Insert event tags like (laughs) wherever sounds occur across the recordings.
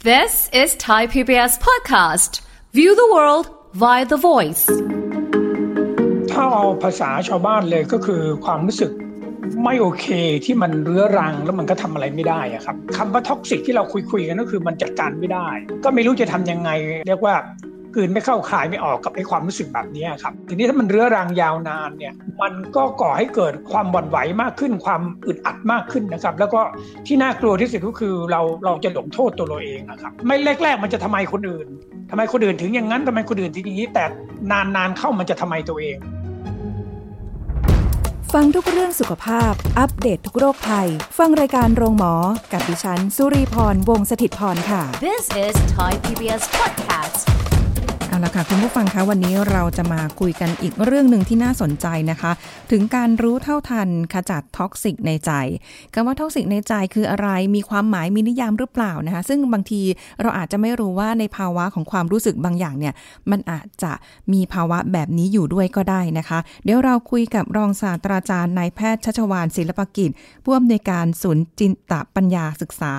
This is Thai PBS podcast. View the world via the voice. ถ้าเอาภาษาชาวบ้านเลยก็คือความรู้สึกไม่โอเคที่มันเรื้อรังแล้วมันก็ทำอะไรไม่ได้อะครับคำว่าท็อกซิกที่เราคุยคุยๆกันก็คือมันจัดการไม่ได้ ก็ไม่รู้จะทำยังไง เรียกว่ากลืนไม่เข้าคายไม่ออกกับไอ้ความรู้สึกแบบเนี้ยครับทีนี้ถ้ามันเรื้อรังยาวนานเนี่ยมันก็ก่อให้เกิดความบ่อนไหวมากขึ้น ความอึดอัดมากขึ้นนะครับ แล้วก็ที่น่ากลัวที่สุดก็คือเราเราจะหลงโทษตัวเราเองนะครับไม่แรกๆมันจะทำไมคนอื่นทำไมคนอื่นถึงอย่างนั้นทำไมคนอื่นถึงอย่างนี้ แต่นานๆเข้ามันจะทำไมตัวเอง ฟังทุกเรื่องสุขภาพ อัปเดตททุกโรคภัย ฟังรายการโรงหมอ กับดิฉัน สุรีพร วงศิตพรค่ะ This is Thai PBS podcast. เอาละค่ะคุณผู้ฟังคะวันนี้เราจะมาคุยกันอีกเรื่องหนึ่งที่น่าสนใจนะคะ ถึงการรู้เท่าทันขจัดท็อกซิกในใจคำว่าท็อกซิกในใจคืออะไรมีความหมายมีนิยามหรือเปล่านะคะ ซึ่งบางทีเราอาจจะไม่รู้ว่าในภาวะของความรู้สึกบางอย่างเนี่ยมันอาจจะมีภาวะแบบนี้อยู่ด้วยก็ได้นะคะ เดี๋ยวเราคุยกับรองศาสตราจารย์นายแพทย์ชัชวานศิลปกิจผู้อำนวยการศูนย์จินตปัญญาศึกษา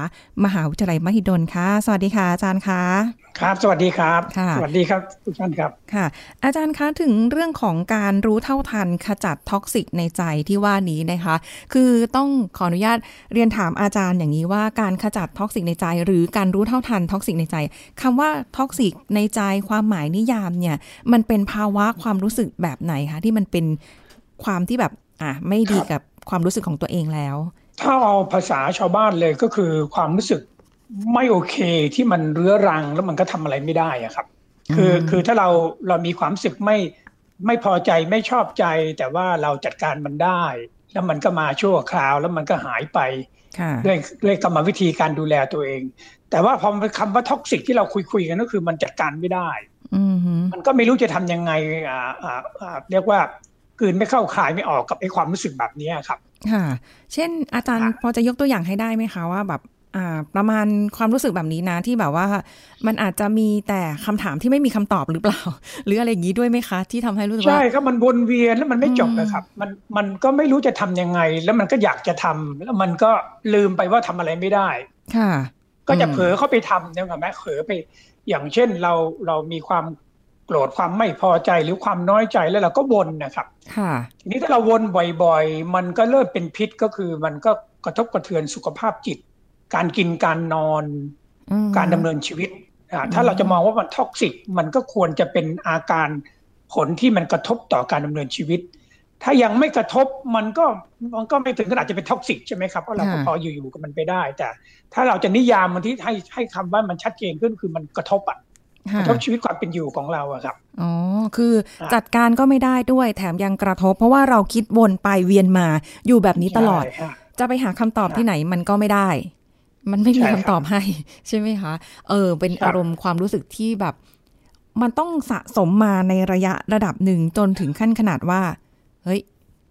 มหาวิทยาลัยมหิดลค่ะสวัสดีค่ะอาจารย์ค่ะ ครับสวัสดีครับ ค่ะ สวัสดีครับทุกท่านครับ ค่ะ อาจารย์คะถึงเรื่องของการรู้เท่าทันขจัดท็อกซิกในใจที่ว่านี้นะคะ คือต้องขออนุญาตเรียนถามอาจารย์อย่างนี้ว่าการขจัดท็อกซิกในใจ หรือการรู้เท่าทันท็อกซิกในใจคำว่าท็อกซิกในใจความหมายนิยามเนี่ย มันเป็นภาวะความรู้สึกแบบไหนคะที่มันเป็นความที่แบบอ่ะไม่ดีกับความรู้สึกของตัวเองแล้ว ถ้าเอาภาษาชาวบ้านเลยก็คือความรู้สึกไม่โอเคที่มันเรื้อรังแล้วมันก็ทำอะไรไม่ได้อะครับ คือคือถ้าเราเรามีความรู้สึกไม่ไม่พอใจไม่ชอบใจ แต่ว่าเราจัดการมันได้ แล้วมันก็มาชั่วคราว แล้วมันก็หายไป ค่ะ ด้วยด้วยกรรมวิธีการดูแลตัวเอง แต่ว่าพอมันเป็นคำว่าท็อกซิกที่เราคุยคุยๆกันก็คือมันจัดการไม่ได้ อืมฮึ มันก็ไม่รู้จะทำยังไงอ่าอ่าอ่าเรียกว่ากลืนไม่เข้าคายไม่ออกกับไอ้ความรู้สึกแบบเนี้ยครับ ค่ะ เช่น อาจารย์ ค่ะ พอจะยกตัวอย่างให้ได้ไหมคะว่าแบบอ่า ประมาณความรู้สึกแบบนี้นะที่แบบว่า มันอาจจะมีแต่คำถามที่ไม่มีคำตอบหรือเปล่า (laughs) หรืออะไรอย่างนี้ด้วยไหมคะ ที่ทำให้รู้สึก ใช่ ว่า ครับมันวนเวียนแล้วมันไม่จบ อืม นะครับ มันมันก็ไม่รู้จะทำยังไง แล้วมันก็อยากจะทำแล้วมันก็ลืมไปว่าทำอะไรไม่ได้ ค่ะ ก็จะ อืม เผลอเข้าไปทำเนี่ยครับแม้เผลอไปอย่างเช่นเราเรามีความโกรธความไม่พอใจหรือความน้อยใจแล้วเราก็วนนะครับ ค่ะ ทีนี้ถ้าเราวนบ่อยๆ มันก็เริ่มเป็นพิษก็คือมันก็กระทบกระเทือนสุขภาพจิต การกินการนอน อืม การดำเนินชีวิตอ่า อืม ถ้าเราจะมองว่ามันท็อกซิกมันก็ควรจะเป็นอาการผลที่มันกระทบต่อการดำเนินชีวิต ถ้ายังไม่กระทบมันก็มันก็ไม่ถึงขนาดจะเป็นท็อกซิกใช่ไหมครับเพราะเราก็พออยู่ๆกับมันไปได้ แต่ ถ้าเราจะนิยามมันที่ให้ให้คำว่ามันชัดเจนขึ้นคือมันกระทบอะก ค่ะ ระทบชีวิตความเป็นอยู่ของเราอะครับ อ๋อ คือ ครับ จัดการก็ไม่ได้ด้วย แถมยังกระทบ เพราะว่าเราคิดวนไปเวียนมา อยู่แบบนี้ตลอด ใช่ฮะ จะไปหาคำตอบ ครับ ที่ไหนมันก็ไม่ได้ มันไม่มี ใช่ครั คำ บ ตอบให้ (laughs) ใช่ไหมคะ เออ เป็น ครับ อารมณ์ความรู้สึกที่แบบ มันต้องสะสมมาในระยะระดับหนึ่งจนถึงขั้นขนาดว่า เฮ้ย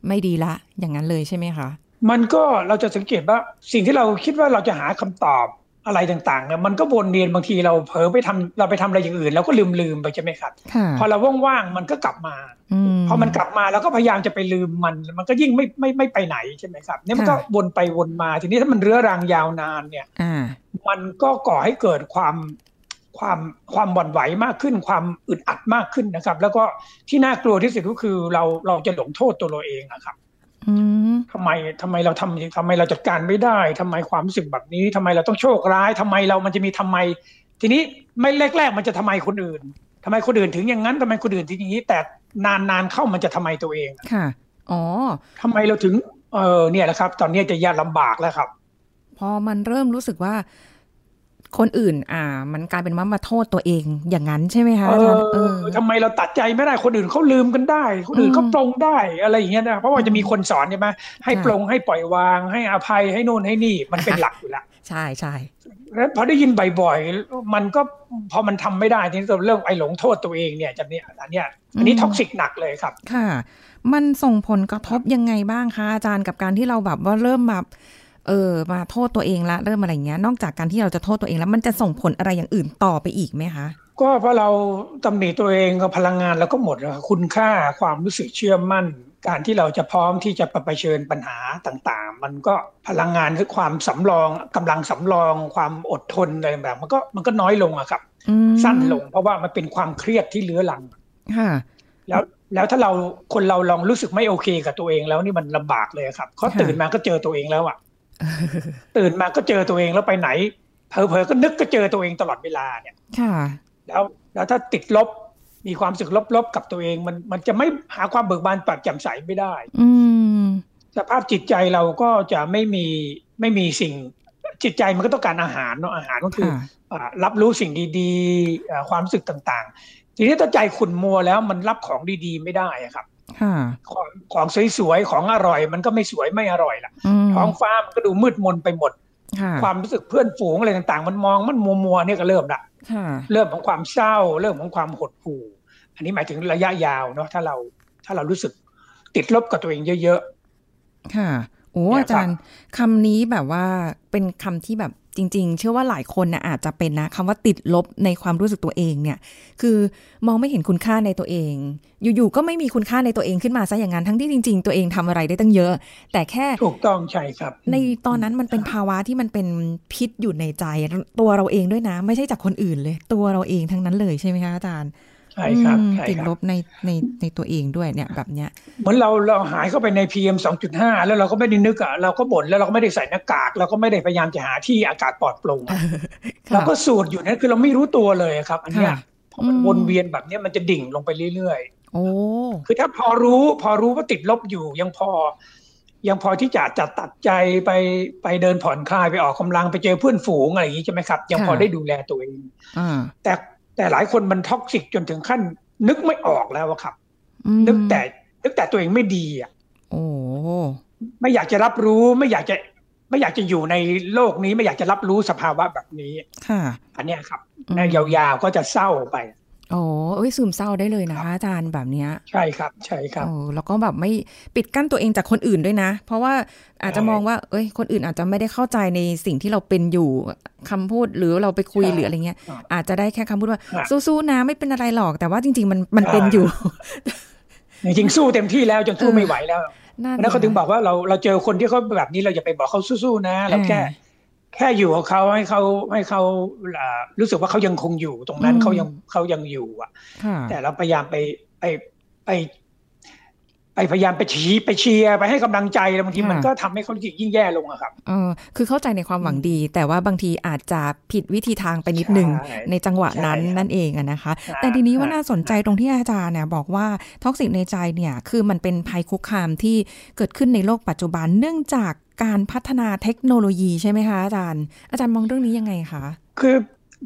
ไม่ดีละ อย่างนั้นเลยใช่ไหมคะ มันก็เราจะสังเกตว่าสิ่งที่เราคิดว่าเราจะหาคำตอบอะไรต่างๆเนี่ยมันก็วนเวียนบางทีเราเผลอไปทำเราไปทำอะไรอย่างอื่นเราก็ลืมลืมๆไปใช่ไหมครับ ค่ะ พอเราว่างๆมันก็กลับมา ม พอมันกลับมาเราก็พยายามจะไปลืมมัน มันก็ยิ่งไม่ไม่ไม่ไปไหนใช่ไหมครับเนี่ยมันก็ ค่ะ วนไปวนมาทีนี้ถ้ามันเรื้อรังยาวนานเนี่ย อ่า มันก็ก่อให้เกิดความความความบ่อนไหวมากขึ้น ความอึดอัดมากขึ้นนะครับ แล้วก็ที่น่ากลัวที่สุดก็คือเราเราจะหลงโทษตัวเราเองนะครับ อืม ทำไมทำไมเราทำทำไมเราจัดการไม่ได้ทำไมความรู้สึกแบบนี้ทำไมเราต้องโชคร้ายทำไมเรามันจะมีทำไม ทีนี้ไม่แรกๆ มันจะทำไมคนอื่นทำไมคนอื่นถึงอย่างนั้นทำไมคนอื่นถึงอย่างนี้ แต่นานๆเข้ามันจะทำไมตัวเอง ค่ะ อ๋อ ทำไมเราถึง เออเนี่ยแหละครับ ตอนนี้จะยากลำบากแล้วครับ พอมันเริ่มรู้สึกว่า คนอื่น อ่า มันกลายเป็นว่ามาโทษตัวเอง อย่างนั้นใช่ไหมคะ เอ อาจารย์เอ อ อ ทำไมเราตัดใจไม่ได้คนอื่นเขาลืมกันได้ คนอื่นเขา อืม ปรงได้อะไรอย่างเงี้ยนะเพราะว่าจะมีคนสอนใช่ไหมให้ ค่ะ ปรงให้ปล่อยวางให้อภัยให้นู่นให้นี่มันเป็นหลักอยู่แล้ว ใช่ใช่ แล้วพอได้ยินบ่อยๆมันก็พอมันทำไม่ได้ทีนี้เรื่องไอ้หลงโทษตัวเองเนี่ยจะเนี่ยอันเนี้ยอันนี้ อืม ท็อกซิกหนักเลยครับ ค่ะ มันส่งผลกระทบยังไงบ้างคะอาจารย์กับการที่เราแบบว่าเริ่มแบบเออมาโทษตัวเองละเริ่มอะไรอย่างเงี้ย นอกจากการที่เราจะโทษตัวเองแล้ว มันจะส่งผลอะไรอย่างอื่นต่อไปอีกไหมคะ ก็เพราะเราตำหนิตัวเองกับพลังงานเราก็หมดแล้วคุณค่าความรู้สึกเชื่อมั่น การที่เราจะพร้อมที่จะประเผชิญปัญหาต่างๆ มันก็พลังงานคือความสำรองกำลังสำรอง ความอดทนอะไรต่างๆมันก็มันก็น้อยลงอะครับ อืม สั้นลงเพราะว่ามันเป็นความเครียดที่เลื้อรัง ค่ะ แล้วแล้วถ้าเราคนเราลองรู้สึกไม่โอเคกับตัวเองแล้วนี่มันลำบากเลยครับเขา ค่ะ ตื่นมาก็เจอตัวเอง (laughs) แล้วอะ ตื่นมาก็เจอตัวเองแล้วไปไหนเผลอๆก็นึกก็เจอตัวเองตลอดเวลาเนี่ย ค่ะ แล้วแล้วถ้าติดลบมีความรู้สึกลบๆกับตัวเอง มันมันจะไม่หาความเบิกบานปรัดแจ่มใสไม่ได้ อืม สภาพจิตใจเราก็จะไม่มีไม่มีสิ่งจิตใจมันก็ต้องการอาหารเนาะอาหารก็คือ ค่ะ อ่ารับรู้สิ่งดีๆอ่าความรู้สึกต่างๆ ทีนี้ถ้าใจขุ่นมัวแล้วมันรับของดีๆ ไม่ได้อะครับ ค่ะ ของของสวยๆของอร่อย มันก็ไม่สวยไม่อร่อยล่ะ อืม ท้องฟ้ามันก็ดูมืดมนไปหมด ค่ะ ความรู้สึกเพื่อนฝูงอะไรต่างๆ มันมองมันมัวมัวๆเนี่ยก็เริ่มละ ค่ะ เรื่องของความเศร้าเรื่องของความหดหู่ อันนี้หมายถึงระยะยาวเนาะถ้าเราถ้าเรารู้สึกติดลบกับตัวเองเยอะ ค่ะโอ้ เนี่ยครับ อาจารย์คำนี้แบบว่าเป็นคำที่แบบจริง ๆ เชื่อว่าหลายคนนะอาจจะเป็นนะคำว่าติดลบในความรู้สึกตัวเองเนี่ย คือมองไม่เห็นคุณค่าในตัวเอง อยู่ๆก็ไม่มีคุณค่าในตัวเองขึ้นมาซะอย่างนั้นทั้งที่จริง ๆ ตัวเองทำอะไรได้ตั้งเยอะ แต่แค่ ๆ ถูกต้องใช่ครับ ในตอนนั้นมันเป็นภาวะที่มันเป็นพิษอยู่ในใจ ตัวเราเองด้วยนะ ไม่ใช่จากคนอื่นเลย ตัวเราเองทั้งนั้นเลยใช่ไหมคะอาจารย์ ใช่ครับ อืม ใช่ ติด ครับ ลบในในในตัวเองด้วยเนี่ยแบบเนี้ย เหมือนเราเราหายเข้าไปใน PM 2.5 แล้วเราก็ไม่ได้นึกอะเราก็บ่นแล้วเราก็ไม่ได้ใส่หน้ากาก เราก็ไม่ได้พยายามจะหาที่อากาศปลอดโปร่งอะเราก็สูดอยู่นั่นคือเราไม่รู้ตัวเลยครับ อันเนี้ย ค่ะ พอมัน อืม วนเวียนแบบเนี้ยมันจะดิ่งลงไปเรื่อยๆ โอ้ คือถ้าพอรู้พอรู้ว่าติดลบอยู่ยังพอ ยังพอที่จะจะตัดใจไปไปเดินผ่อนคลายไปออกกำลังไปเจอเพื่อนฝูงอะไรอย่างนี้ใช่ไหมครับ ยังพอ ค่ะ ได้ดูแลตัวเอง อ่า แต่แต่หลายคนมันท็อกซิกจนถึงขั้น นึกไม่ออกแล้วอะครับ อืม นึกแต่นึกแต่ตัวเองไม่ดีอะ โอ้ ไม่อยากจะรับรู้ไม่อยากจะไม่อยากจะอยู่ในโลกนี้ ไม่อยากจะรับรู้สภาวะแบบนี้ ค่ะ อันเนี้ยครับ อืม ในยาวๆก็จะเศร้าไป โอ้เอ้ยซึมเศร้าได้เลยนะคะอาจารย์แบบเนี้ย ใช่ครับ ใช่ครับ โอ้แล้วก็แบบไม่ปิดกั้นตัวเองจากคนอื่นด้วยนะ เพราะว่าอาจจะ ใช่ มองว่า เอ้ย คนอื่นอาจจะไม่ได้เข้าใจในสิ่งที่เราเป็นอยู่คำพูดหรือเราไปคุย ใช่ หรืออะไรเงี้ย ครับ อาจจะได้แค่คำพูดว่า ครับ สู้ๆนะไม่เป็นอะไรหรอก แต่ว่าจริง ๆ มันมันเป็นอยู่ จริงๆสู้เต็มที่แล้วจนสู้ เออ ไม่ไหวแล้ว น่า แล้วเขาถึงบอกว่าเราเราเจอคนที่เขาแบบนี้เราอย่าไปบอกเขาสู้ๆนะเราแค่แค่อยู่กับเขาให้เขาให้เขาอ่ารู้สึกว่าเขายังคงอยู่ตรงนั้นเขายังเขายังอยู่อ่ะ ค่ะ แต่เราพยายามไปไปไป ไปพยายามไปชี้ไปเชียร์ไปให้กำลังใจแล้วบางที ค่ะ มันก็ทำให้เขารู้สึกยิ่งแย่ลงอะครับ เออคือเข้าใจในความหวังดี แต่ว่าบางทีอาจจะผิดวิธีทางไปนิดนึง ใช่ ในจังหวะนั้น ใช่ครับ นั่นเองอะนะคะ ใช่ แต่ทีนี้ว่า ใช่ น่าสนใจตรงที่อาจารย์เนี่ยบอกว่าท็อกซิกในใจเนี่ยคือมันเป็นภัยคุกคามที่เกิดขึ้นในโลกปัจจุบันเนื่องจากการพัฒนาเทคโนโลยีใช่ไหมคะอาจารย์ อาจารย์มองเรื่องนี้ยังไงคะ คือ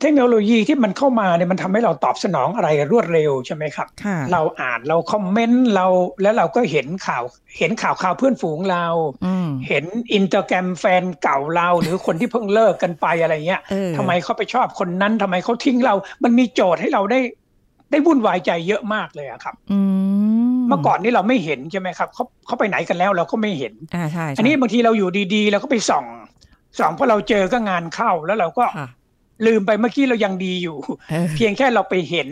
เทคโนโลยีที่มันเข้ามาเนี่ยมันทำให้เราตอบสนองอะไรรวดเร็วใช่ไหมครับ ค่ะ เราอ่านเราคอมเมนต์เราแล้วเราก็เห็นข่าวเห็นข่าวข่าวเพื่อนฝูงเรา อืม เห็นอินเตอร์แกรมแฟนเก่าเรา (laughs) หรือคนที่เพิ่งเลิกกันไปอะไรเงี้ย เออ ทำไมเขาไปชอบคนนั้นทำไมเขาทิ้งเรา มันมีโจทย์ให้เราได้ ได้วุ่นวายใจเยอะมากเลยอะครับ อืม เมื่อก่อนนี่เราไม่เห็นใช่ไหมครับเขาเขาไปไหนกันแล้วเราก็ไม่เห็น อ่าใช่ใช่ อันนี้บางทีเราอยู่ดีๆเราก็ไปส่องส่องเพราะเราเจอก็งานเข้าแล้วเราก็ ค่ะ ลืมไปเมื่อกี้เรายังดีอยู่ (laughs) เออ เพียงแค่เราไปเห็น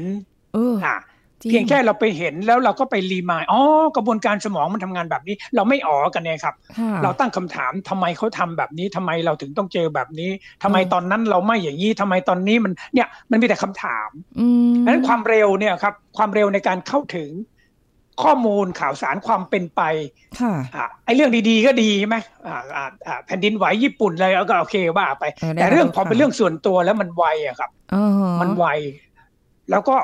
เออ อ่ะ จริง เพียงแค่เราไปเห็นแล้วเราก็ไปรีมายอ๋อกระบวนการสมองมันทำงานแบบนี้ เราไม่อ๋อกันเนี่ยครับ ค่ะ เราตั้งคำถามทำไมเขาทำแบบนี้ทำไมเราถึงต้องเจอแบบนี้ทำไม อืม ตอนนั้นเราไม่อย่างนี้ทำไมตอนนี้มันเนี่ยมันมีแต่คำถาม อืม ดังนั้นความเร็วเนี่ยครับความเร็วในการเข้าถึงข้อมูลข่าวสารความเป็นไป ค่ะ อ่ะไอ้เรื่องดีๆก็ดีใช่ไหมอ่ะอ่ะอ่ะแผ่นดินไหวญี่ปุ่นอะไรก็โอเคว่าไป เออได้ แต่เรื่อง ได้ พอเป็น ค่ะ เรื่องส่วนตัวแล้วมันไวอะครับ อ๋อ มันไว แล้วก็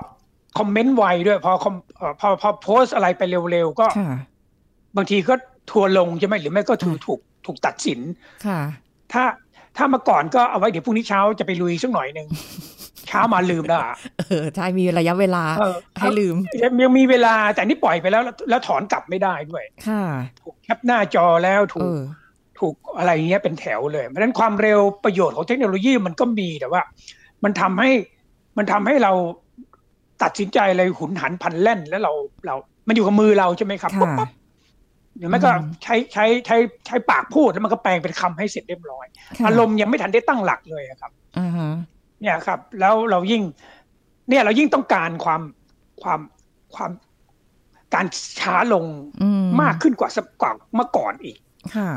คอมเมนต์ไวด้วยพอคอมพอพอพอโพสต์อะไรไปเร็วๆก็ ค่ะ บางทีก็ทัวร์ลงใช่ไหมหรือไม่ก็ถูกถูกถูกตัดสิน ค่ะ ถ้าถ้ามาก่อนก็เอาไว้เดี๋ยวพรุ่งนี้เช้าจะไปลุยสักหน่อยหนึ่ง (laughs) เช้ามาลืมแล้วอะ เออใช่มีระยะเวลา เออ ให้ลืม ยังยังมีเวลาแต่นี่ปล่อยไปแล้วแล้วแล้วถอนกลับไม่ได้ด้วย ค่ะ ถูกแคปหน้าจอแล้วถู เอก อ ถูกอะไรอย่างเงี้ยเป็นแถวเลยเพราะฉะนั้นความเร็วประโยชน์ของเทคโนโลยีมันก็มีแต่ว่า มันทำให้มันทำให้เราตัดสินใจอะไรหุนหันพลันแล่นแล้วเราเรา มันอยู่กับมือเราใช่ไหมครับปุ๊บ ค่ะ ปั๊บหรือไม่ก็ อืม ใช้ใช้ใช้ใช้ปากพูดแล้วมันก็แปลงเป็นคำให้เสร็จเรียบร้อย ค่ะ อารมณ์ยังไม่ทันได้ตั้งหลักเลยอะครับ อ่าฮะ เนี่ยครับแล้วเรายิ่ง เนี่ยเรายิ่งต้องการความความความการช้าลง อืม มากขึ้นกว่าสมกว่าเมื่อก่อนอีก ค่ะ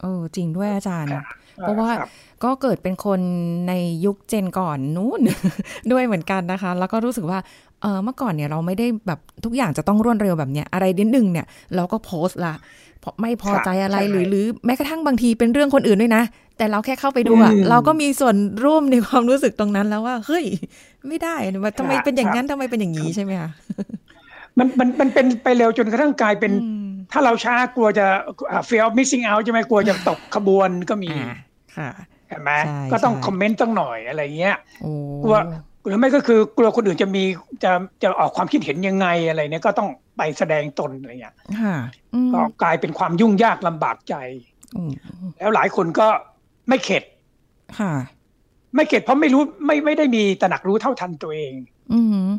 เออจริงด้วยอาจารย์ ครับ เพราะว่า ครับ ก็เกิดเป็นคนในยุคเจนก่อนนู้น (laughs) ด้วยเหมือนกันนะคะ แล้วก็รู้สึกว่าเออเมื่อก่อนเนี่ยเราไม่ได้แบบทุกอย่างจะต้องรวดเร็วแบบเนี้ยอะไรนิดนึงเนี่ยเราก็โพสต์ละเพราะไม่พอใจอะไร ครับ หรือ ใช่ หรือแม้กระทั่งบางทีเป็นเรื่องคนอื่นด้วยนะ แต่เราแค่เข้าไปดูอะ อืม เราก็มีส่วนร่วมในความรู้สึกตรงนั้นแล้วว่าเฮ้ยไม่ได้ทำไมเป็นอย่างนั้คนรับ ทำไมเป็นอย่างนี้ใช่ไหมคะ มันมันมันเป็นไปเร็วจนกระทั่งกลายเป็น อืม ถ้าเราช้ากลัวจะเฟลมิสซิ่งเอาใช่ไหมกลัวจะตกขบวนก็มี อ่าค่ะ ใช่ไหม ใช่ ก็ต้อง ใช่ คอมเมนต์ตั้งหน่อยอะไรเงี้ย โอ้ กลัว หรือไม่ก็คือกลัวคนอื่นจะมีจะจะออกความคิดเห็นยังไงอะไรเนี่ยก็ต้องไปแสดงตนอะไรเงี้ย ค่ะอืม ก็กลายเป็นความยุ่งยากลำบากใจ อืม แล้วหลายคนก็ไม่เข็ด ค่ะ ไม่เข็ดเพราะไม่รู้ไม่ไม่ได้มีตระหนักรู้เท่าทันตัวเอง อืม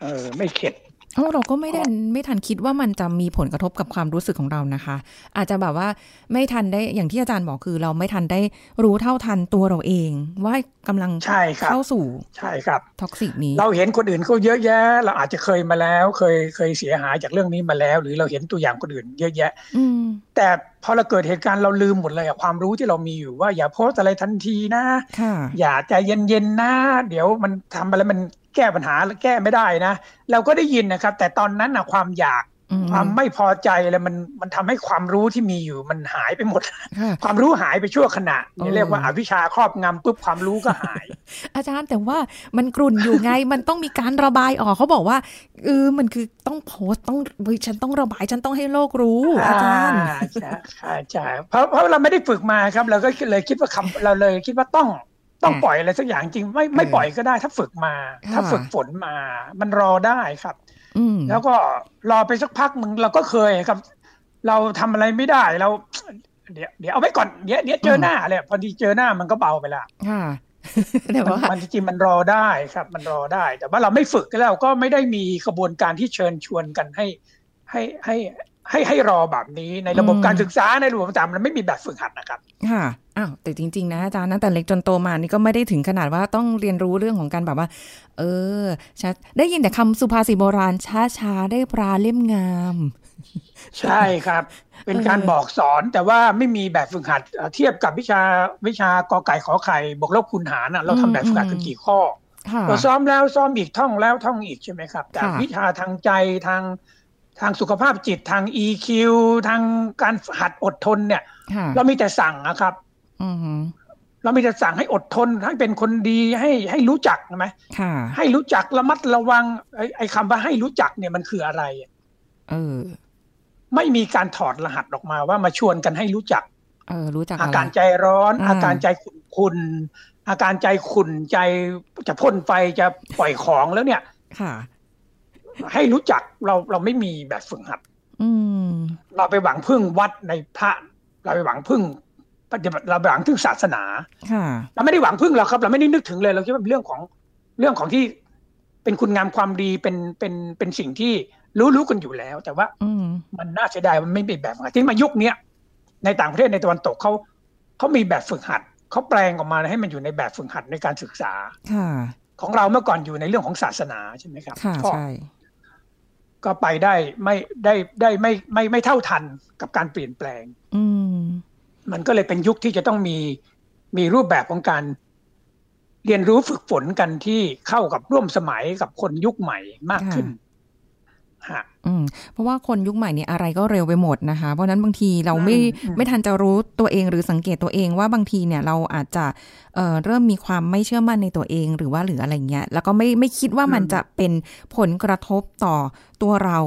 เออไม่เข็ด เอ้าเราก็ไม่ได้ไม่ทันคิดว่ามันจะมีผลกระทบกับความรู้สึกของเรานะคะ อาจจะแบบว่าไม่ทันได้อย่างที่อาจารย์บอกคือเราไม่ทันได้รู้เท่าทันตัวเราเอง ว่ากำลัง ใช่ครับ เข้าสู่ ใช่ครับ ท็อกซิกนี้ เราเห็นคนอื่นเขาเยอะแยะ เราอาจจะเคยมาแล้ว เคยเคยเสียหายจากเรื่องนี้มาแล้ว หรือเราเห็นตัวอย่างคนอื่นเยอะแยะ อืม แต่พอเราเกิดเหตุการณ์เราลืมหมดเลยอะความรู้ที่เรามีอยู่ว่าอย่าโพสต์อะไรทันทีนะ ค่ะ อย่าใจเย็นๆนะ เดี๋ยวมันทำไปแล้วมันแก้ปัญหาแล้วแก้ไม่ได้นะ เราก็ได้ยินนะครับ แต่ตอนนั้นนะความอยาก อืม ความไม่พอใจอะไรมันมันทำให้ความรู้ที่มีอยู่มันหายไปหมด ค่ะ ความรู้หายไปชั่วขณะ เออ นี่เรียกว่าอวิชชาครอบงำปุ๊บความรู้ก็หาย อาจารย์แต่ว่ามันกลุ่นอยู่ไง มันต้องมีการระบายออกเขาบอกว่าเออมันคือต้องโพสต์ต้องเฮ้ยฉันต้องระบายฉันต้องให้โลกรู้ อาจารย์ ใช่ใช่ใช่เพราะเพราะเราไม่ได้ฝึกมาครับ เราก็เลยคิดว่าคำเราเลยคิดว่าต้องต้อง อ่ะ ปล่อยอะไรสักอย่างจริงไม่ไม่ เออ ปล่อยก็ได้ ถ้าฝึกมา ค่ะ ถ้าฝึกฝนมา มันรอได้ครับ อืม แล้วก็รอไปสักพักมึงเราก็เคยครับ เราทำอะไรไม่ได้เรา เดี๋ยวเดี๋ยวเอาไว้ก่อนเดี๋ยวเดี๋ยวเจอหน้าเลยพอดีเจอหน้ามันก็เบาไปละ ค่ะ (laughs) แต่ว่า มันจริงๆมันรอได้ครับ มันรอได้ แต่ว่าเราไม่ฝึกแล้วก็ไม่ได้มีกระบวนการที่เชิญชวนกันให้ ให้ให้ให้ให้รอแบบนี้ในระบบ อืม การศึกษาในระบบต่างๆมันไม่มีแบบฝึกหัดนะครับ ค่ะ อ้าว แต่จริง ๆ นะอาจารย์นะแต่เล็กจนโตมานี่ก็ไม่ได้ถึงขนาดว่าต้องเรียนรู้เรื่องของการแบบว่า เออช้าได้ยินแต่คำสุภาษิตโบราณ ช้าช้าๆได้ปลาเล่มงาม ใช่ครับ เป็นการ เออ บอกสอนแต่ว่าไม่มีแบบฝึกหัดเอ่อเทียบกับวิชาวิชากอไก่ขอไข่บวกลบคูณหารน่ะเราทำแบบฝึกหัดกันกี่ข้อ ค่ะ เราซ้อมแล้วซ้อมอีกท่องแล้วท่องอีกใช่ไหมครับ แต่ ค่ะ วิชาทางใจทางทางสุขภาพจิตทาง EQ ทางการหัดอดทนเนี่ย ค่ะ เรามีแต่สั่งนะครับ อือหือ เรามีแต่สั่งให้อดทนให้เป็นคนดีให้ให้รู้จักใช่ไหม ค่ะ ให้รู้จักระมัดระวังไอ้ไอ้คำว่าให้รู้จักเนี่ยมันคืออะไร เออ ไม่มีการถอดรหัสออกมาว่ามาชวนกันให้รู้จัก เออ รู้จัก อา อะไร การใจร้อน อ่า อาการใจขุ่นขุนๆอาการใจขุ่นใจจะพ่นไฟจะปล่อยของแล้วเนี่ย ค่ะ ให้รู้จักเราเราไม่มีแบบฝึกหัด อืม เราไปหวังพึ่งวัดในพระ เราไปหวังพึ่งปฏิบัติเราไปหวังพึ่งศาสนา ค่ะ เราไม่ได้หวังพึ่งหรอกครับ เราไม่ได้นึกถึงเลยเราคิดว่าเป็นเรื่องของเรื่องของที่เป็นคุณงามความดีเป็นเป็นเป็นสิ่งที่รู้รู้กันอยู่แล้ว แต่ว่า อืม มันน่าเสียดายมันไม่เป็นแบบฝึกหัดที่มายุคเนี้ยในต่างประเทศในตะวันตกเขาเขามีแบบฝึกหัดเขาแปลงออกมาให้มันอยู่ในแบบฝึกหัดในการศึกษา ค่ะ ของเราเมื่อก่อนอยู่ในเรื่องของศาสนาใช่ไหมครับ ค่ะ ก็ ใช่ ก็ไปได้ไม่ได้ได้ไม่ไม่ไม่เท่าทันกับการเปลี่ยนแปลง อืม มันก็เลยเป็นยุคที่จะต้องมีมีรูปแบบของการ เรียนรู้ฝึกฝนกันที่เข้ากับร่วมสมัยกับคนยุคใหม่มากขึ้นฮะ อืมเพราะว่าคนยุคใหม่เนี่ยอะไรก็เร็วไปหมดนะคะ เพราะฉะนั้นบางทีเราไม่ อืมอืม ไม่ทันจะรู้ตัวเองหรือสังเกตตัวเองว่าบางทีเนี่ยเราอาจจะเอ่อเริ่มมีความไม่เชื่อมั่นในตัวเองหรือว่าหรืออะไรเงี้ยแล้วก็ไม่ไม่คิดว่ามัน อืม จะเป็นผลกระทบต่อตัวเรา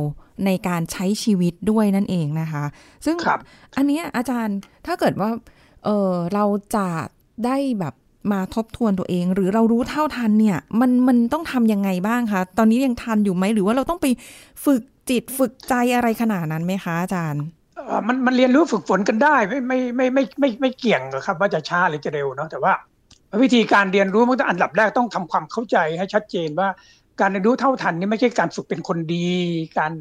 ในการใช้ชีวิตด้วยนั่นเองนะคะ ซึ่ง ครับ อันเนี้ยอาจารย์ถ้าเกิดว่า เออเราจะได้แบบมาทบทวนตัวเอง หรือเรารู้เท่าทันเนี่ย มันมันต้องทำยังไงบ้างคะตอนนี้ยังทันอยู่ไหมหรือว่าเราต้องไปฝึกจิตฝึกใจอะไรขนาดนั้นไหมคะอาจารย์ เอ่อมันมันเรียนรู้ฝึกฝนกันได้ไม่ไม่ไม่ไม่ไม่ไม่ไม่เกี่ยงหรอกครับ ว่าจะช้าหรือจะเร็วเนาะแต่ว่า วิธีการเรียนรู้มันต้องอันดับแรกต้องทำความเข้าใจให้ชัดเจนว่า การเรียนรู้เท่าทันนี่ไม่ใช่การฝึกเป็นคนดี การ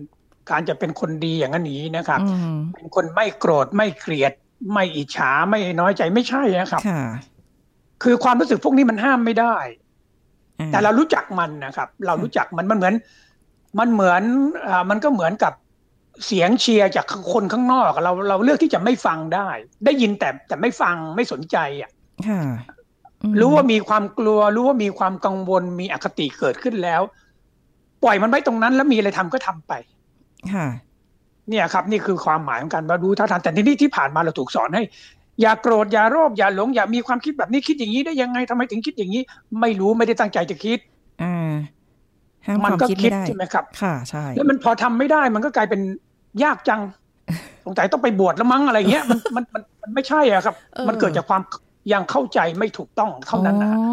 การจะเป็นคนดีอย่างนั้นอย่างนี้นะครับ อืม เป็นคนไม่โกรธไม่เกลียด ไม่อิจฉาไม่น้อยใจไม่ใช่นะครับ ค่ะ คือความรู้สึกพวกนี้มันห้ามไม่ได้ อ่ แต่เรารู้จักมันนะครับ เรารู้จักมันมันเหมือน มันเหมือนอ่ามันก็เหมือนกับ เสียงเชียร์จากคนข้างนอกเราเราเลือกที่จะไม่ฟังได้ ได้ยินแต่แต่ไม่ฟังไม่สนใจอ่ะ ค่ะอืม รู้ว่ามีความกลัว รู้ว่ามีความกังวลมีอคติเกิดขึ้นแล้ว ปล่อยมันไว้ตรงนั้น แล้วมีอะไรทำก็ทำไป ค่ะ เนี่ยครับนี่คือความหมายของการว่ารู้เท่าทันแต่ที่นี่ที่ผ่านมาเราถูกสอนให้ อย่าโกรธอย่าโรคอย่าหลงอย่ามีความคิดแบบนี้คิดอย่างนี้ได้ยังไงทำไมถึงคิดอย่างนี้ ไม่รู้ไม่ได้ตั้งใจจะคิด อ่าห้ามค มั วาม ก็ คิด คิ ไม่ ด ได้ ใช่ไหมครับ ค่ะใช่ แล้วมันพอทำไม่ได้มันก็กลายเป็นยากจัง สงสัยต้องไปบวชแล้วมั้งอะไรเงี้ยมันมันมันมันไม่ใช่อะครับ เออ มันเกิดจากความยังเข้าใจไม่ถูกต้องเท่านั้นนะ อ๋ ฮะ อ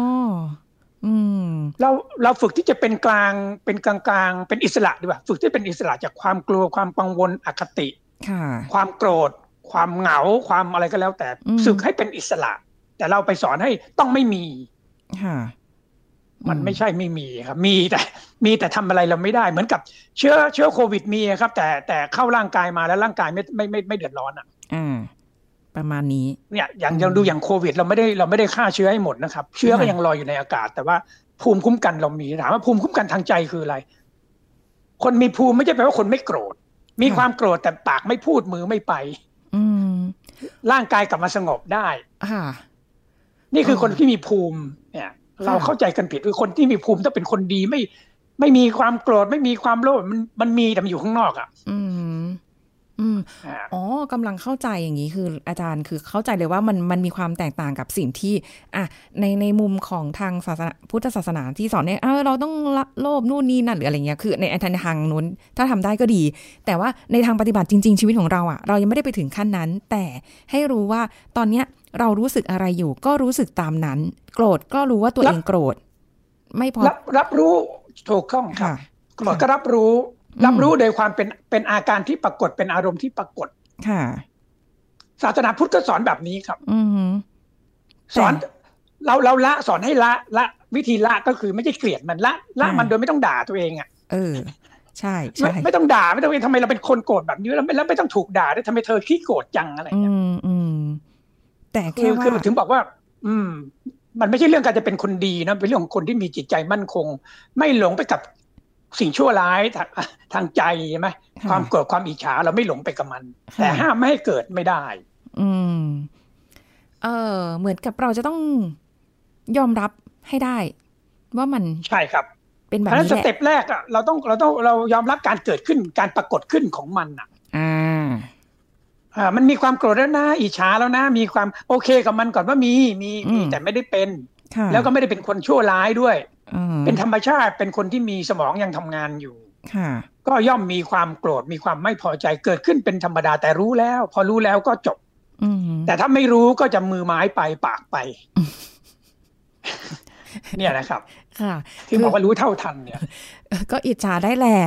อืม เราเราฝึกที่จะเป็นกลางเป็นกลางกลางๆเป็นอิสระดีกว่าฝึกที่เป็นอิสระจากความกลัวความกังวลอคติ ค่ะ ความโกรธ ความเหงาความอะไรก็แล้ว แต่ อืม ฝึกให้เป็นอิสระ แต่เราไปสอนให้ต้องไม่มี ค่ะ มัน อื ไม่ใช่ไม่มีครับ มีแต่ (laughs) มีแต่ทำอะไรเราไม่ได้ เหมือนกับเชื้อเชื้อโควิดมีครับ แต่แต่เข้าร่างกายมาแล้วร่างกายไม่ไม่ไม่ไม่เดือดร้อนอ่ะ อ่า ประมาณนี้ เนี่ยอย่างยังดูอย่างโควิด เราไม่ได้เราไม่ได้ฆ่าเชื้อให้หมดนะครับ เชื้อก็ ค่ะ ยังลอยอยู่ในอากาศ แต่ว่าภูมิคุ้มกันเรามีถามว่าภูมิคุ้มกันทางใจคืออะไร คนมีภูมิไม่ใช่แปลว่าคนไม่โกรธ มีความโกรธแต่ปากไม่พูดมือไม่ไป อืม ร่างกายกลับมาสงบได้ ค่ะ นี่คืออ ม คนที่มีภูมิเนี่ยเราเข้าใจกันผิดคือคนที่มีภูมิต้องเป็นคนดีไม่ ไม่มีความโกรธไม่มีความโลภมันมันมีแต่มันอยู่ข้างนอกอ่ะ อืม อืม อ่า อ๋อกำลังเข้าใจอย่างนี้คืออาจารย์คือเข้าใจเลยว่ามันมันมีความแตกต่างกับสิ่งที่ อ่ะในในมุมของทางศาสนาพุทธศาสนาที่สอนเนี่ยเออเราต้องละโลภนู่นนี่นั่นหรืออะไรเงี้ยคือในทางทางนู้นถ้าทำได้ก็ดี แต่ว่าในทางปฏิบัติจริง ๆ ชีวิตของเราอ่ะเรายังไม่ได้ไปถึงขั้นนั้น แต่ให้รู้ว่าตอนเนี้ยเรารู้สึกอะไรอยู่ ก็รู้สึกตามนั้น โกรธก็รู้ว่าตัวเองโกรธ ไม่พอ รับรับรู้ถูกต้องครับ ค่ะ โกรธก็รับรู้ อืม รับรู้โดยความเป็นเป็นอาการที่ปรากฏเป็นอารมณ์ที่ปรากฏ ค่ะ ศาสนาพุทธก็สอนแบบนี้ครับ อืม สอนเราเราละสอนให้ละละวิธีละก็คือไม่ใช่เกลียดมันละละ อ่ามั มันโดยไม่ต้องด่าตัวเองอ่ะ เออ ใช่ ไม่ ใช่ ไม่ต้องด่าไม่ต้องเองทำไมเราเป็นคนโกรธแบบนี้แล้วไม่แล้วไม่ต้องถูกด่าด้วยทำไมเธอขี้โกรธจังอะไร อื เงี้ย มอืมแต่ คื แค่ อ ว่า คือถึงบอกว่า อืม มันไม่ใช่เรื่องการจะเป็นคนดีนะเป็นเรื่องของคนที่มีจิตใจมั่นคง ไม่หลงไปกับสิ่งชั่วร้ายทางทางใจใช่ไหม ค่ะ ความโกรธความอิจฉาเราไม่หลงไปกับมัน ค่ะ แต่ห้ามไม่ให้เกิดไม่ได้ อืม เออ เหมือนกับเราจะต้องยอมรับให้ได้ ว่ามัน ใช่ครับ เป็น เพ แบบ ราะฉะนั้น นี้ ส แหละ เต็ปแรกอะเราต้องเราต้องเรายอมรับการเกิดขึ้นการปรากฏขึ้นของมันอะ อ่า อ่ามันมีความโกรธแล้วนะอิจฉาแล้วนะ มีความโอเคกับมันก่อนว่ามีมีมี อืม แต่ไม่ได้เป็น ค่ะ แล้วก็ไม่ได้เป็นคนชั่วร้ายด้วย อ่า เป็นธรรมชาติเป็นคนที่มีสมองยังทำงานอยู่ ค่ะ ก็ย่อมมีความโกรธมีความไม่พอใจเกิดขึ้นเป็นธรรมดาแต่รู้แล้ว พอรู้แล้วก็จบ อืม แต่ถ้าไม่รู้ก็จะมือไม้ไปปากไป (laughs) เนี่ยนะครับ ค่ะ ที่บอกว่ารู้เท่าทันเนี่ย เออก็อิจฉาได้แหละ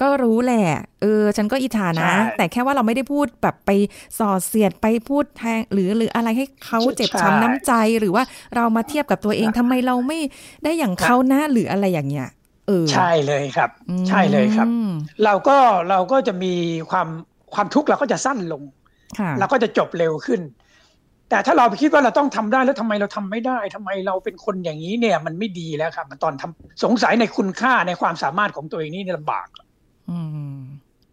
ก็รู้แหละ เออ ฉันก็อิจฉานะ ใช่ แต่แค่ว่าเราไม่ได้พูดแบบไปส่อเสียดไปพูดแทงหรือหรืออะไรให้เขาเจ็บช้ำน้ำใจ หรือว่าเรามาเทียบกับตัวเอง ครับ ทำไมเราไม่ได้อย่างเขานะหรืออะไรอย่างเงี้ย เออ ใช่เลยครับ อืม ใช่เลยครับ เราก็เราก็จะมีความความทุกข์เราก็จะสั้นลง ค่ะ เราก็จะจบเร็วขึ้น แต่ถ้าเราไปคิดว่าเราต้องทำได้แล้วทำไมเราทำไม่ได้ทำไมเราเป็นคนอย่างนี้เนี่ย มันไม่ดีแล้วครับมันตอนทำสงสัยในคุณค่าในความสามารถของตัวเองนี่ลำบาก อืม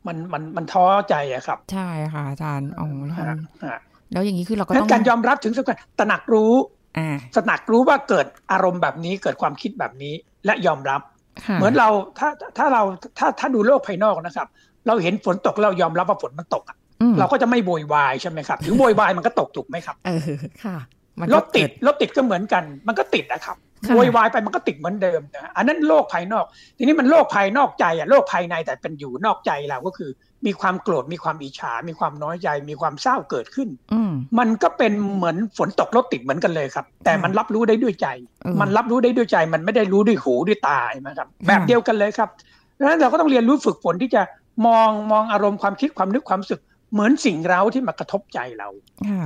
มันมันมันท้อใจอะครับ ใช่ค่ะอาจารย์อ๋อแล้ว ฮะฮะ แล้วอย่างนี้คือเราก็ งั้ ต้อน ง การยอมรับถึงสำคัญตระหนักรู้ อ่า ตระหนักรู้ว่าเกิดอารมณ์แบบนี้เกิดความคิดแบบนี้ และยอมรับ ค่ะ เหมือนเราถ้าถ้าเราถ้าถ้าดูโลกภายนอกนะครับ เราเห็นฝนตกเรายอมรับว่าฝนมันตกอะ อืม เราก็จะไม่โวยวายใช่ไหมครับ ถึงโวยวายมันก็ตกถูกไหมครับ เออค่ะมัน ร ก็ ถติดรเกิถติดก็เหมือนกัน มันก็ติดนะครับ ค่ะ โวยวายไปมันก็ติดเหมือนเดิมนะอันนั้นโลกภายนอก ทีนี้มันโลกภายนอกใจอะโลกภายในแต่เป็นอยู่นอกใจเราก็คือ มีความโกรธมีความอิจฉา มีความน้อยใจมีความเศร้าเกิดขึ้น อืม มันก็เป็นเหมือนฝนตกรถติดเหมือนกันเลยครับ แต่มันรับรู้ได้ด้วยใจ เออ มันรับรู้ได้ด้วยใจ มันไม่ได้รู้ด้วยหูด้วยตาใช่ไหมครับ แบบเดียวกันเลยครับดังนั้นเราก็ต้องเรียนรู้ฝึกฝนที่จะมองมองอารมณ์ความคิดความนึกความรู้สึก เหมือนสิ่งเร้าที่มากระทบใจเรา ค่ะ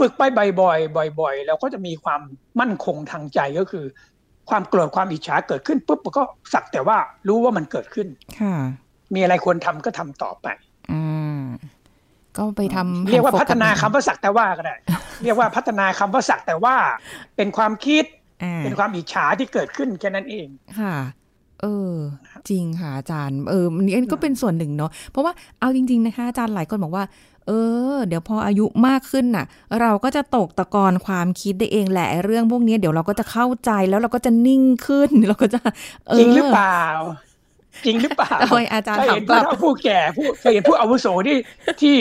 ฝึกไปบ่อยๆบ่อยๆเราก็จะมีความมั่นคงทางใจก็คือ ความโกรธความอิจฉาเกิดขึ้นปุ๊บมันก็สักแต่ว่ารู้ว่ามันเกิดขึ้น ค่ะ มีอะไรควรทำก็ทำต่อไป อ่าก็ไปทำ เรียกว่า ให้ พั โฟ ฒ ส นาคำ กับ ว่าสักแต่ว่าก็ได้ (laughs) เรียกว่าพัฒนาคำว่าสักแต่ว่า เป็นความคิด อ่า เป็นความอิจฉาที่เกิดขึ้นแค่นั้นเอง ค่ะ เออ จริงค่ะอาจารย์เอออันนี่ก็เป็นส่วนหนึ่งเนาะเพราะว่าเอาจริง ๆนะคะ อาจารย์หลายคนบอกว่า เออ เดี๋ยวพออายุมากขึ้นน่ะ เราก็จะตกตะกอนความคิดได้เองแหละไอ้เรื่องพวกเนี้ยเดี๋ยวเราก็จะเข้าใจแล้วเราก็จะนิ่งขึ้น (laughs) เราก็จะเ จริงหรือเปล่า จริงหรือเปล่า โอ้ยอาจารย์ เคย ถาม เห็น ก ผู้ ลับ เฒ่าผู้แก่ผู้เคยเห็นผู้อาวุโสที่ที่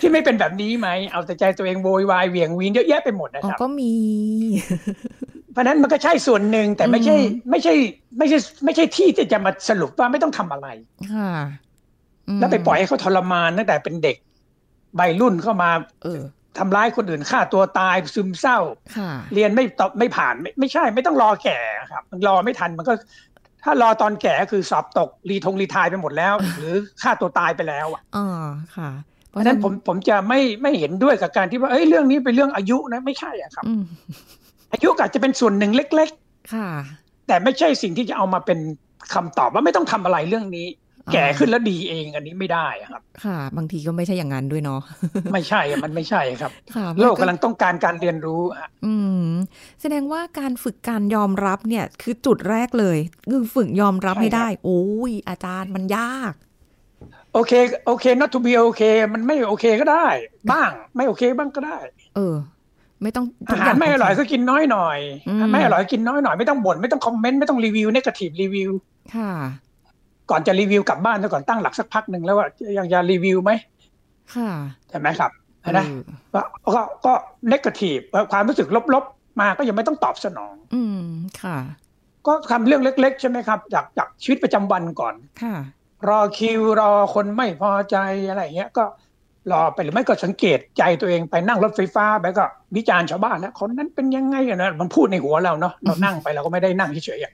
ที่ไม่เป็นแบบนี้ไหมเอาแต่ใจตัวเองโวยวายเหวี่ยงวีนเยอะแยะไปหมดนะคอ๋อ รับ ก็มี เพราะฉะนั้นมันก็ใช่ส่วนหนึ่งแต่ไม่ใช่ไม่ใช่ไม่ใช่ไม่ใช่ที่ที่จะมาสรุปว่าไม่ต้องทำอะไร ค่ะอืม แล้วไปปล่อยให้เขาทรมานตั้งแต่เป็นเด็กวัยรุ่นเข้ามา เออ ทำร้ายคนอื่นฆ่าตัวตายซึมเศร้า ค่ะ เรียนไม่ตอบไม่ผ่านไม่ไม่ใช่ไม่ต้องรอแก่ครับ มันรอไม่ทันมันก็ ถ้ารอตอนแก่คือสอบตกรีทงรีทายไปหมดแล้ว หรือฆ่าตัวตายไปแล้วอะ อ๋อ ค่ะ เพราะฉะนั้นผมผมจะไม่ไม่เห็นด้วยกับการที่ว่าเอ้ยเรื่องนี้เป็นเรื่องอายุนะไม่ใช่อะครับ อืม อายุอาจจะเป็นส่วนหนึ่งเล็ก ค่ะ ๆ แต่ไม่ใช่สิ่งที่จะเอามาเป็นคำตอบว่าไม่ต้องทำอะไรเรื่องนี้ แก่ขึ้น อ๋อ แล้วดีเองอันนี้ไม่ได้อะ (laughs) ครับ ค่ะ บางทีก็ไม่ใช่อย่างนั้นด้วยเนาะ (laughs) ไม่ใช่อะมันไม่ใช่ครับ ค่ะ โลกกำลังต้องการการเรียนรู้อะ อืม แสดงว่าการฝึกการยอมรับเนี่ย คือจุดแรกเลย คือฝึกยอมรับ ใช่ ให้ได้ โอ้ย อาจารย์มันยาก โอเคโอเค not to be okay มันไม่โอเคก็ได้ บ้างไม่โอเคบ้างก็ได้ เออ ไม่ต้องทุ อาก หารย่ง ไม่อร่อยก็กินน้อยหน่อย อืม ไม่อร่อยก็กินน้อยหน่อยไม่ต้องบ่นไม่ต้องคอมเมนต์ไม่ต้องรีวิวเนกาทีฟรีวิว ค่ะ ก่อนจะรีวิวกลับบ้านซะก่อนตั้งหลักสักพักหนึ่งแล้วว่ายังจะรีวิวไหม ค่ะ ใช่ไหมครับนะ เออ ก็ก็ก็เนกาทีฟความรู้สึกลบๆ มาก็ยังไม่ต้องตอบสนอง อืม ค่ะ ก็ทำเรื่องเล็ก ๆ ใช่ไหมครับจากจากชีวิตประจำวันก่อน ค่ะ (laughs) รอคิวรอคนไม่พอใจอะไรอย่างเงี้ยก็รอไปหรือไม่ก็สังเกตใจตัวเองไปนั่งรถไฟฟ้าไปก็วิจารณ์ชาวบ้านนะคนนั้นเป็นยังไงกันนะมันพูดในหัวเราเนาะเรานั่งไปเราก็ไม่ได้นั่งเฉยๆอะ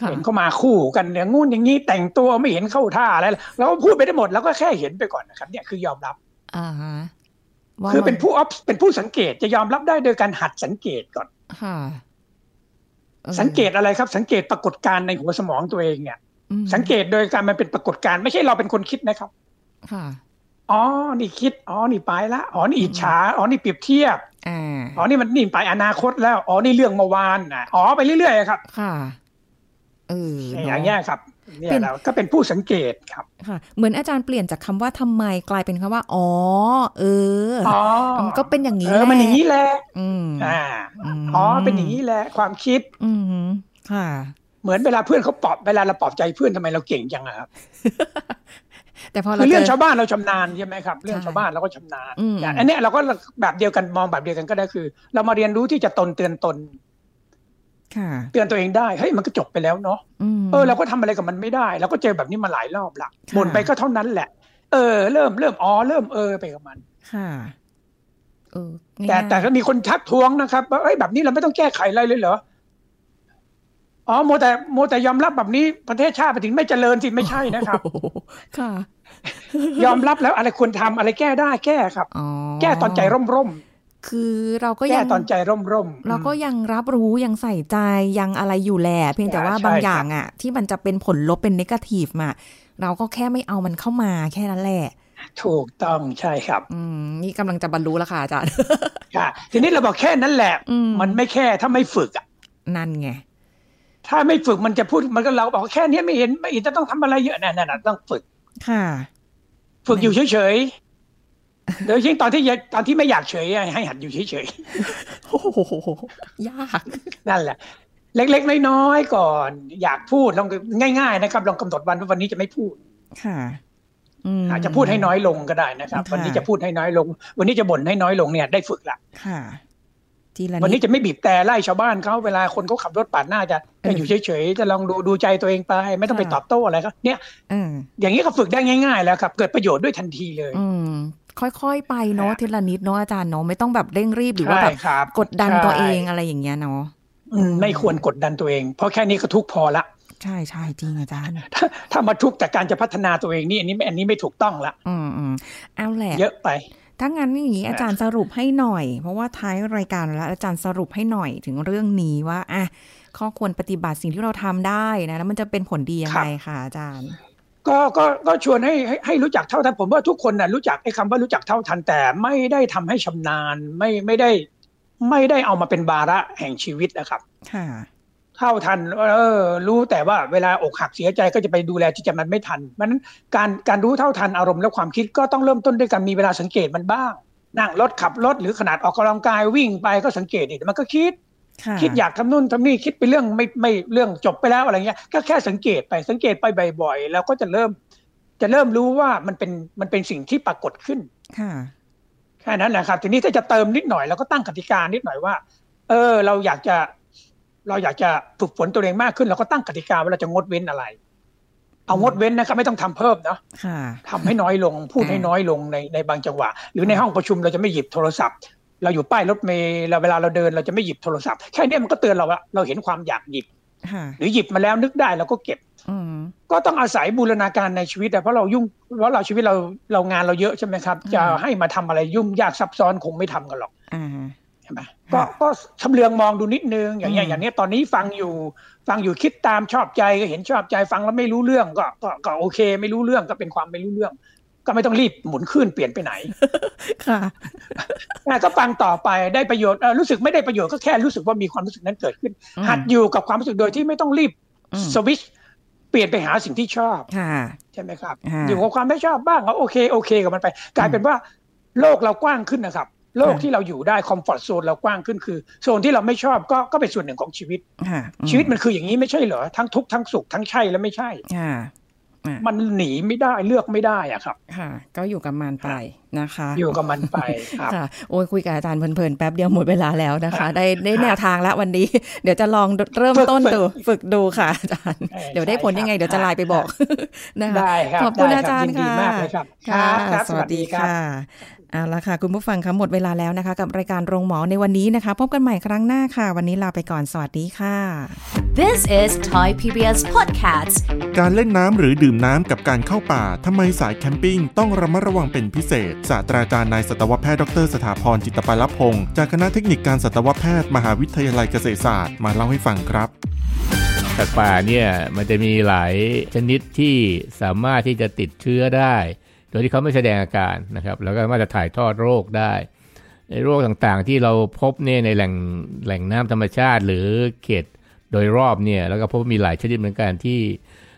ค่ะ เห็นเขามาคู่กันเนี่ยงูนอย่างนี้แต่งตัวไม่เห็นเข้าท่าอะไรเราก็พูดไปได้หมดแล้วก็แค่เห็นไปก่อนนะครับเนี่ยคือยอมรับ อ่าฮะ คือ มั เป็นผู้ obs เป็นผู้สังเกตจะยอมรับได้โดยการหัดสังเกตก่อน ค่ะออ สังเกตอะไรครับ สังเกตปรากฏการณ์ในหัวสมองตัวเองเนี่ย อืม สังเกตโดยการมันเป็นปรากฏการณ์ไม่ใช่เราเป็นคนคิดนะครับ ค่ะ อ๋อนี่คิดอ๋อนี่ไปละอ๋อนี่อิจฉาอ๋อนี่เปรียบเทียบ อ่า อ๋อนี่มันนี่ไปอนาคตแล้วอ๋อนี่เรื่องเมื่อวานอ่ะอ๋อไปเรื่อยๆครับ ค่ะ เออเนะ อย่างเงี้ยครับเนี่ย เป็น เราก็เป็นผู้สังเกตครับ ค่ะ เหมือนอาจารย์เปลี่ยนจากคำว่าทำไมกลายเป็นคำว่า อ๋อ เอออ อ๋อ มันก็เป็นอย่างนี้ เออมันอย่างนี้ นี้ แหละ อืม อ่า ม อ๋อเป็นอย่างนี้แหละความคิด อืมค่ะ เหมือนเวลาเพื่อนเขาปลอบเวลาเราปลอบใจเพื่อนทำไมเราเก่งจังอะครับ แต่พอ คื เรา อเรื่อง จ ชาวบ้านเราชำนาญใช่ไหมครับ เรื่องชาวบ้านเราก็ชำนาญ อืม อย่างอันเนี้ยเราก็แบบเดียวกันมองแบบเดียวกันก็ได้คือ เรามาเรียนรู้ที่จะตนเตือนตน ค่ะ เตือนตัวเองได้เฮ้ยมันก็จบไปแล้วเนาะ อืม เออเราก็ทำอะไรกับมันไม่ได้เราก็เจอแบบนี้มาหลายรอบละ ค่ะ บ่นไปก็เท่านั้นแหละ เออ เริ่มเริ่มอ๋อเริ่มเออไปกับมัน ค่ะเออ แต่ ง่ายๆ แต่ก็มีคนทักท้วงนะครับว่าเอ้ยแบบนี้เราไม่ต้องแก้ไขอะไรเลยเหรออ๋อโมวแต่โมวแต่ยอมรับแบบนี้ประเทศชาติไปถึงไม่เจริญสิไม่ใช่นะครับ โอ้โหค่ะ (laughs) ยอมรับแล้วอะไรควรทำอะไรแก้ได้แก้ครับ อ๋อ แก้ตอนใจร่มร่ม คือเราก็ ๆแก้ ยัง ตอนใจร่มร่ม เราก็ยังรับรู้ยังใส่ใจยังอะไรอยู่แหละเพียงแต่ว่า ใช่ บาง ครับ อย่างอ่ะ ที่มันจะเป็นผลลบเป็นนกาทีฟอ่ะเราก็แค่ไม่เอามันเข้ามาแค่นั้นแหละ ถูกต้องใช่ครับ อืมนี่กำลังจะบรรลุแล้วค่ะอาจารย์ ค่ะทีนี้เราบอกแค่นั้นแหละ อืม มันไม่แค่ถ้าไม่ฝึกอะ นั่นไง ถ้าไม่ฝึกมันจะพูดมันก็เราก็บอกแค่เนี้ยไม่เห็นไม่เห็นจะต้องทำอะไรเยอะนั่นน่ะต้องฝึก ค่ะ ฝึกอยู่เฉยๆโดยเฉพาะตอนที่ยังตอนที่ไม่อยากเฉยอะให้หัดอยู่เฉย โอ้โหยาก ๆนั่นแหละ เล็กๆน้อยๆก่อน อยากพูดลองง่าย ๆ นะครับลองกำหนดวันว่าวันนี้จะไม่พูด ค่ะอืม อาจจะพูดให้น้อยลงก็ได้นะครับ ค่ะ วันนี้จะพูดให้น้อยลง วันนี้จะบ่นให้น้อยลงเนี่ยได้ฝึกละ ค่ะ ทีละ วัน นิ นี้ ด จะไม่บีบแต่ไล่ชาวบ้านเขาเวลาคนเขาขับรถปาดหน้าจะจะอยู่เฉยๆจะลองดูดูใจตัวเองไป ไม่ต้องไป ค่ะ ตอบโต้อะไรครับเนี่ย เออ อย่างนี้ก็ฝึกได้ง่าย ๆ แล้วครับ เกิดประโยชน์ด้วยทันทีเลย อืม ค่อยๆไปเนาะ ค่ะ ทีละนิดเนาะอาจารย์เนาะไม่ต้องแบบเร่งรีบหรือว่า ใช่ แบบ ครับ กดดัน ใช่ ตัวเองอะไรอย่างเงี้ยเนาะ อืมไม่ควรกดดันตัวเอง เพราะแค่นี้ก็ทุกข์พอละ ใช่ใช่จริงอาจารย์ ถ้าถ้ามาทุกข์แต่การจะพัฒนาตัวเองนี่อันนี้ไม่อันนี้ไม่ถูกต้องละ อืมอืมเอาแหละ เยอะไป ถ้างั้นอย่างนี้ อ่ะ อาจารย์สรุปให้หน่อย เพราะว่าท้ายรายการแล้วอาจารย์สรุปให้หน่อยถึงเรื่องนี้ว่าอ่ะข้อควรปฏิบัติสิ่งที่เราทำได้นะแล้วมันจะเป็นผลดียังไงคะอาจารย์ ก็ก็ก็ชวนให้ให้ให้รู้จักเท่าทันผมว่าทุกคนน่ะรู้จักไอ้คำว่ารู้จักเท่าทันแต่ไม่ได้ทำให้ชำนาญไม่ไม่ได้ ไม่ได้เอามาเป็นบาระแห่งชีวิตนะครับ ค่ะ เท่าทันเออรู้แต่ว่าเวลาอกหักเสียใจก็จะไปดูแลจิตใจมันไม่ทันมันนั้นการการรู้เท่าทันอารมณ์และความคิดก็ต้องเริ่มต้นด้วยการมีเวลาสังเกตมันบ้าง นั่งรถขับรถหรือขนาดออกกำลังกายวิ่งไปก็สังเกตดิมันก็คิด ะ คิดอยากทำนู่นทำนี่คิดไปเรื่องไม่ไม่เรื่องจบไปแล้วอะไรเงี้ยก็แค่สังเกตไปสังเกตไปบ่อยๆแล้วก็จะเริ่ม จะเริ่มรู้ว่ามันเป็นมันเป็นสิ่งที่ปรากฏขึ้น ค่ะ แค่นั้นแหละครับ ทีนี้ถ้าจะเติมนิดหน่อยเราก็ตั้งกติกานิดหน่อยว่า เออ เราอยากจะ เราอยากจะฝึกฝนตัวเองมากขึ้น เราก็ตั้งกติกาว่าเราจะงดเว้นอะไร เอางดเว้นนะครับไม่ต้องทำเพิ่มนะ ค่ะ ทำให้น้อยลง พูดให้น้อยลงในในบางจังหวะ หรือในห้องประชุมเราจะไม่หยิบโทรศัพท์ เราอยู่ป้ายรถเมล์เราเวลาเราเดินเราจะไม่หยิบโทรศัพท์แค่เนี้ยมันก็เตือนเราว่าเราเห็นความอยากหยิบ ค่ะ หรือหยิบมาแล้วนึกได้เราก็เก็บ อืม ก็ต้องอาศัยบูรณาการในชีวิตอะเพราะเรายุ่งเพราะเราชีวิตเราเรางานเราเยอะใช่ไหมครับ จะ อืม ให้มาทำอะไรยุ่งยากซับซ้อนคงไม่ทำกันหรอก อ่า ใช่ไหมก็ก็ชำเลืองมองดูนิดนึง อย่างเงี้ยอืม อย่างเนี้ยตอนนี้ฟังอยู่ ฟังอยู่คิดตามชอบใจก็เห็นชอบใจฟังแล้วไม่รู้เรื่องก็ก็ก็โอเค ไม่รู้เรื่องก็เป็นความไม่รู้เรื่อง ก็ไม่ต้องรีบหมุนขึ้นเปลี่ยนไปไหน (laughs) ค่ะ อ่ะก็ฟังต่อไปได้ประโยชน์เอ่อรู้สึกไม่ได้ประโยชน์ก็แค่รู้สึกว่ามีความรู้สึกนั้นเกิดขึ้น อืม หัดอยู่กับความรู้สึกโดยที่ไม่ต้องรีบ อืม สวิตชเปลี่ยนไปหาสิ่งที่ชอบ ค่ะ ใช่ไหมครับ อ่า อยู่กับความไม่ชอบบ้างก็โอเคโอเคกับมันไป กลายเป็นว่าโลกเรากว้างขึ้นนะครับ โลก ค่ะ ที่เราอยู่ได้คอมฟอร์ z โซนเรากว้างขึ้นคือโซนที่เราไม่ชอบก็ก็เป็นส่วนหนึ่งของชีวิต ค่ะอื ชีวิตมันคืออย่างนี้ไม่ใช่เหรอ ทั้งทุกข์ทั้งสุขทั้งใช่และไม่ใช่ ค่ะอ่ะ มันหนีไม่ได้เลือกไม่ได้อะครับ ค่ะ ก็อยู่กับมันไปนะคะ อยู่กับมันไปครับ ค่ะ โอ้ยคุยกับอาจารย์เพลินๆแป๊บเดียวหมดเวลาแล้วนะคะ ได้ได้ ครับ แนวทางแล้ววันนี้ (laughs) เดี๋ยวจะลองเริ่ม ฝึก ต้น ฝึก ดูฝึกดูค่ะอาจารย์ ใช่ เดี๋ยวได้ผลยังไง ใช่ครับ เดี๋ยวจะไลน์ไปบอกนะคะ ได้ครับ ขอบคุณ ได้ อาจารย์ นดี ค่ะ มากเลยครับ ค่ะ ครับ สวัสดีค่ะเอาละค่ะ คุณผู้ฟังคะหมดเวลาแล้วนะคะ กับรายการโรงหมอในวันนี้นะคะ พบกันใหม่ครั้งหน้าค่ะ วันนี้ลาไปก่อนสวัสดีค่ะ This is Thai PBS Podcasts. การเล่นน้ำหรือดื่มน้ำกับการเข้าป่า ทำไมสายแคมปิ้งต้องระมัดระวังเป็นพิเศษ ศาสตราจารย์นายสัตวแพทย์ดรสถาพรจิตปาลพงศ์จากคณะเทคนิคการสัตวแพทย์มหาวิทยาลัยเกษตรศาสตร์มาเล่าให้ฟังครับ สัตว์ป่าเนี่ยมันจะมีหลายชนิดที่สามารถที่จะติดเชื้อได้ โดยที่เขาไม่แสดงอาการนะครับแล้วก็สามารถจะถ่ายทอดโรคได้ไอ้โรคต่างๆที่เราพบเนี่ยในแหล่งแหล่งน้ำธรรมชาติ หรือเขตโดยรอบเนี่ยแล้วก็พบว่ามีหลายชนิดเหมือนกันที่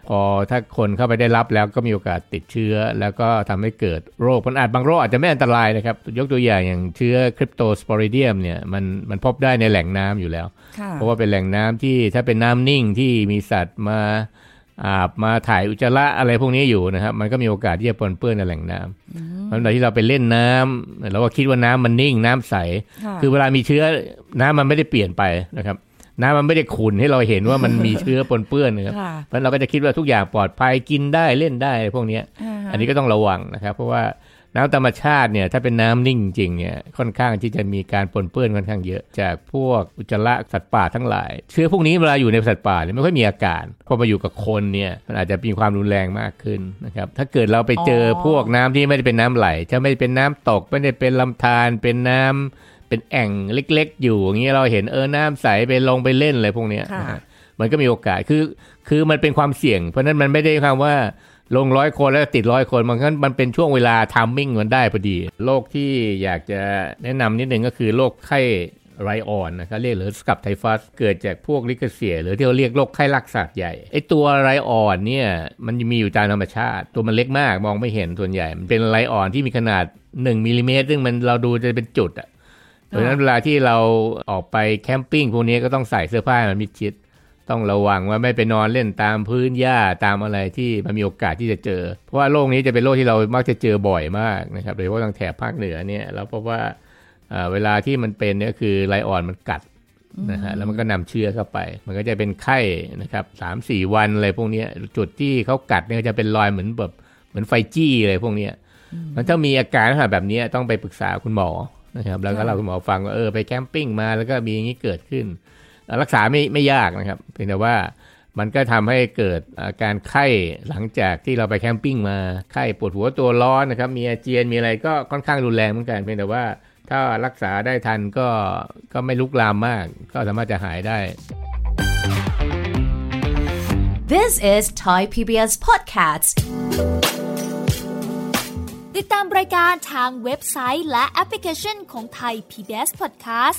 พอถ้าคนเข้าไปได้รับแล้วก็มีโอกาสติดเชื้อ แล้วก็ทำให้เกิดโรคมันอาจบางโรคอาจจะไม่อันตรายนะครับ ยกตัวอย่างอย่างเชื้อคริปโตสปอริเดียมเนี่ยมันมันพบได้ในแหล่งน้ำอยู่แล้ว ค่ะ เพราะว่าเป็นแหล่งน้ำที่ถ้าเป็นน้ำนิ่งที่มีสัตว์มาอาบมาถ่ายอุจจาระอะไรพวกนี้อยู่นะครับ มันก็มีโอกาสที่จะปนเปื้อนในแหล่งน้ำเพราะฉะนั้นที่เราไปเล่นน้ำเราก็คิดว่าน้ำมันนิ่งน้ำใส ค่ะ คือเวลามีเชื้อน้ำมันไม่ได้เปลี่ยนไปนะครับ น้ำมันไม่ได้ขุ่นให้เราเห็นว่ามันมีเชื้อปนเปื้อนนะครับ ค่ะ เพราะฉะนั้นเราก็จะคิดว่าทุกอย่างปลอดภัยกินได้เล่นได้พวกเนี้ย าฮะ อันนี้ก็ต้องระวังนะครับ เพราะว่าน้ำธรรมชาติเนี่ยถ้าเป็นน้ำนิ่งจริงเนี่ยค่อนข้างที่จะมีการปนเปื้อนค่อนข้างเยอะ จากพวกอุจจาระสัตว์ป่าทั้งหลาย เชื้อพวกนี้เวลาอยู่ในสัตว์ป่าเนี่ยไม่ค่อยมีอาการพอมาอยู่กับคนเนี่ยมันอาจจะมีความรุนแรงมากขึ้นนะครับถ้าเกิดเราไปเจออ อ พวกน้ำที่ไม่ได้เป็นน้ำไหลจะไม่ได้เป็นน้ำตกไม่ได้เป็นลำธารเป็นน้ำเป็นแอ่งเล็ก ๆ อยู่อย่างเงี้ยเราเห็นเออน้ำใสไปลงไปเล่นอะไรพวกเนี้ยนะฮะมันก็มีโอกาสคือ คือมันเป็นความเสี่ยง เพราะฉะนั้นมันไม่ได้ความว่าลงร้อยคนแล้วติดร้อยคนมันก็มันเป็นช่วงเวลาทามมิ่งมันได้พอดีโรคที่อยากจะแนะนำนิดนึงก็คือโรคไข้ไรออนนะครับเรียกหรือสกับไทฟัสเกิดจากพวกลิเกเซีย หรือที่เราเรียกโรคไข้ลักสัตว์ใหญ่ไอตัวไรออนเนี่ยมันมีอยู่ตามธรรมชาติ ตัวมันเล็กมากมองไม่เห็นส่วนใหญ่ มันเป็นไรออนที่มีขนาด 1มิลลิเมตรซึ่งมันเราดูจะเป็นจุดอะเพราะฉะนั้นเวลาที่เราออกไปแคมปิ้งพวกนี้ก็ต้องใส่เสื้อผ้าให้มันมิดชิด ต้องระวังว่าไม่ไปนอนเล่นตามพื้นหญ้าตามอะไรที่มันมีโอกาสที่จะเจอ เพราะว่าโรคนี้จะเป็นโรคที่เรามักจะเจอบ่อยมากนะครับโดยเฉพาะทางแถบภาคเหนือเนี่ยแล้วเพราะว่าเอ่อเวลาที่มันเป็นเนี่ยคือไลออนมันกัดนะฮะแล้วมันก็นำเชื้อเข้าไป มันก็จะเป็นไข้นะครับสามสี่วันอะไรพวกเนี้ยจุดที่เขากัดเนี่ยก็จะเป็นรอยเหมือนแบบเหมือนไฟจี้อะไรพวกเนี้ย มันถ้ามีอาการลักษณะแบบนี้ต้องไปปรึกษาคุณหมอนะครับแล้วก็เราคุณหมอฟังว่าเออไปแคมปิ้งมาแล้วก็มีอย่างนี้เกิดขึ้นเอ่อรักษาไม่ไม่ยากนะครับเพียงแต่ว่ามันก็ทำให้เกิดอาการไข้หลังจากที่เราไปแคมปิ้งมาไข้ปวดหัวตัวร้อนนะครับมีอาเจียนมีอะไรก็ค่อนข้างรุนแรงเหมือนกันเพียงแต่ว่าถ้ารักษาได้ทันก็ก็ไม่ลุกลามมาก ก็สามารถจะหายได้ This is Thai PBS Podcasts. ติดตามรายการทางเว็บไซต์และแอปพลิเคชันของไทย PBS Podcast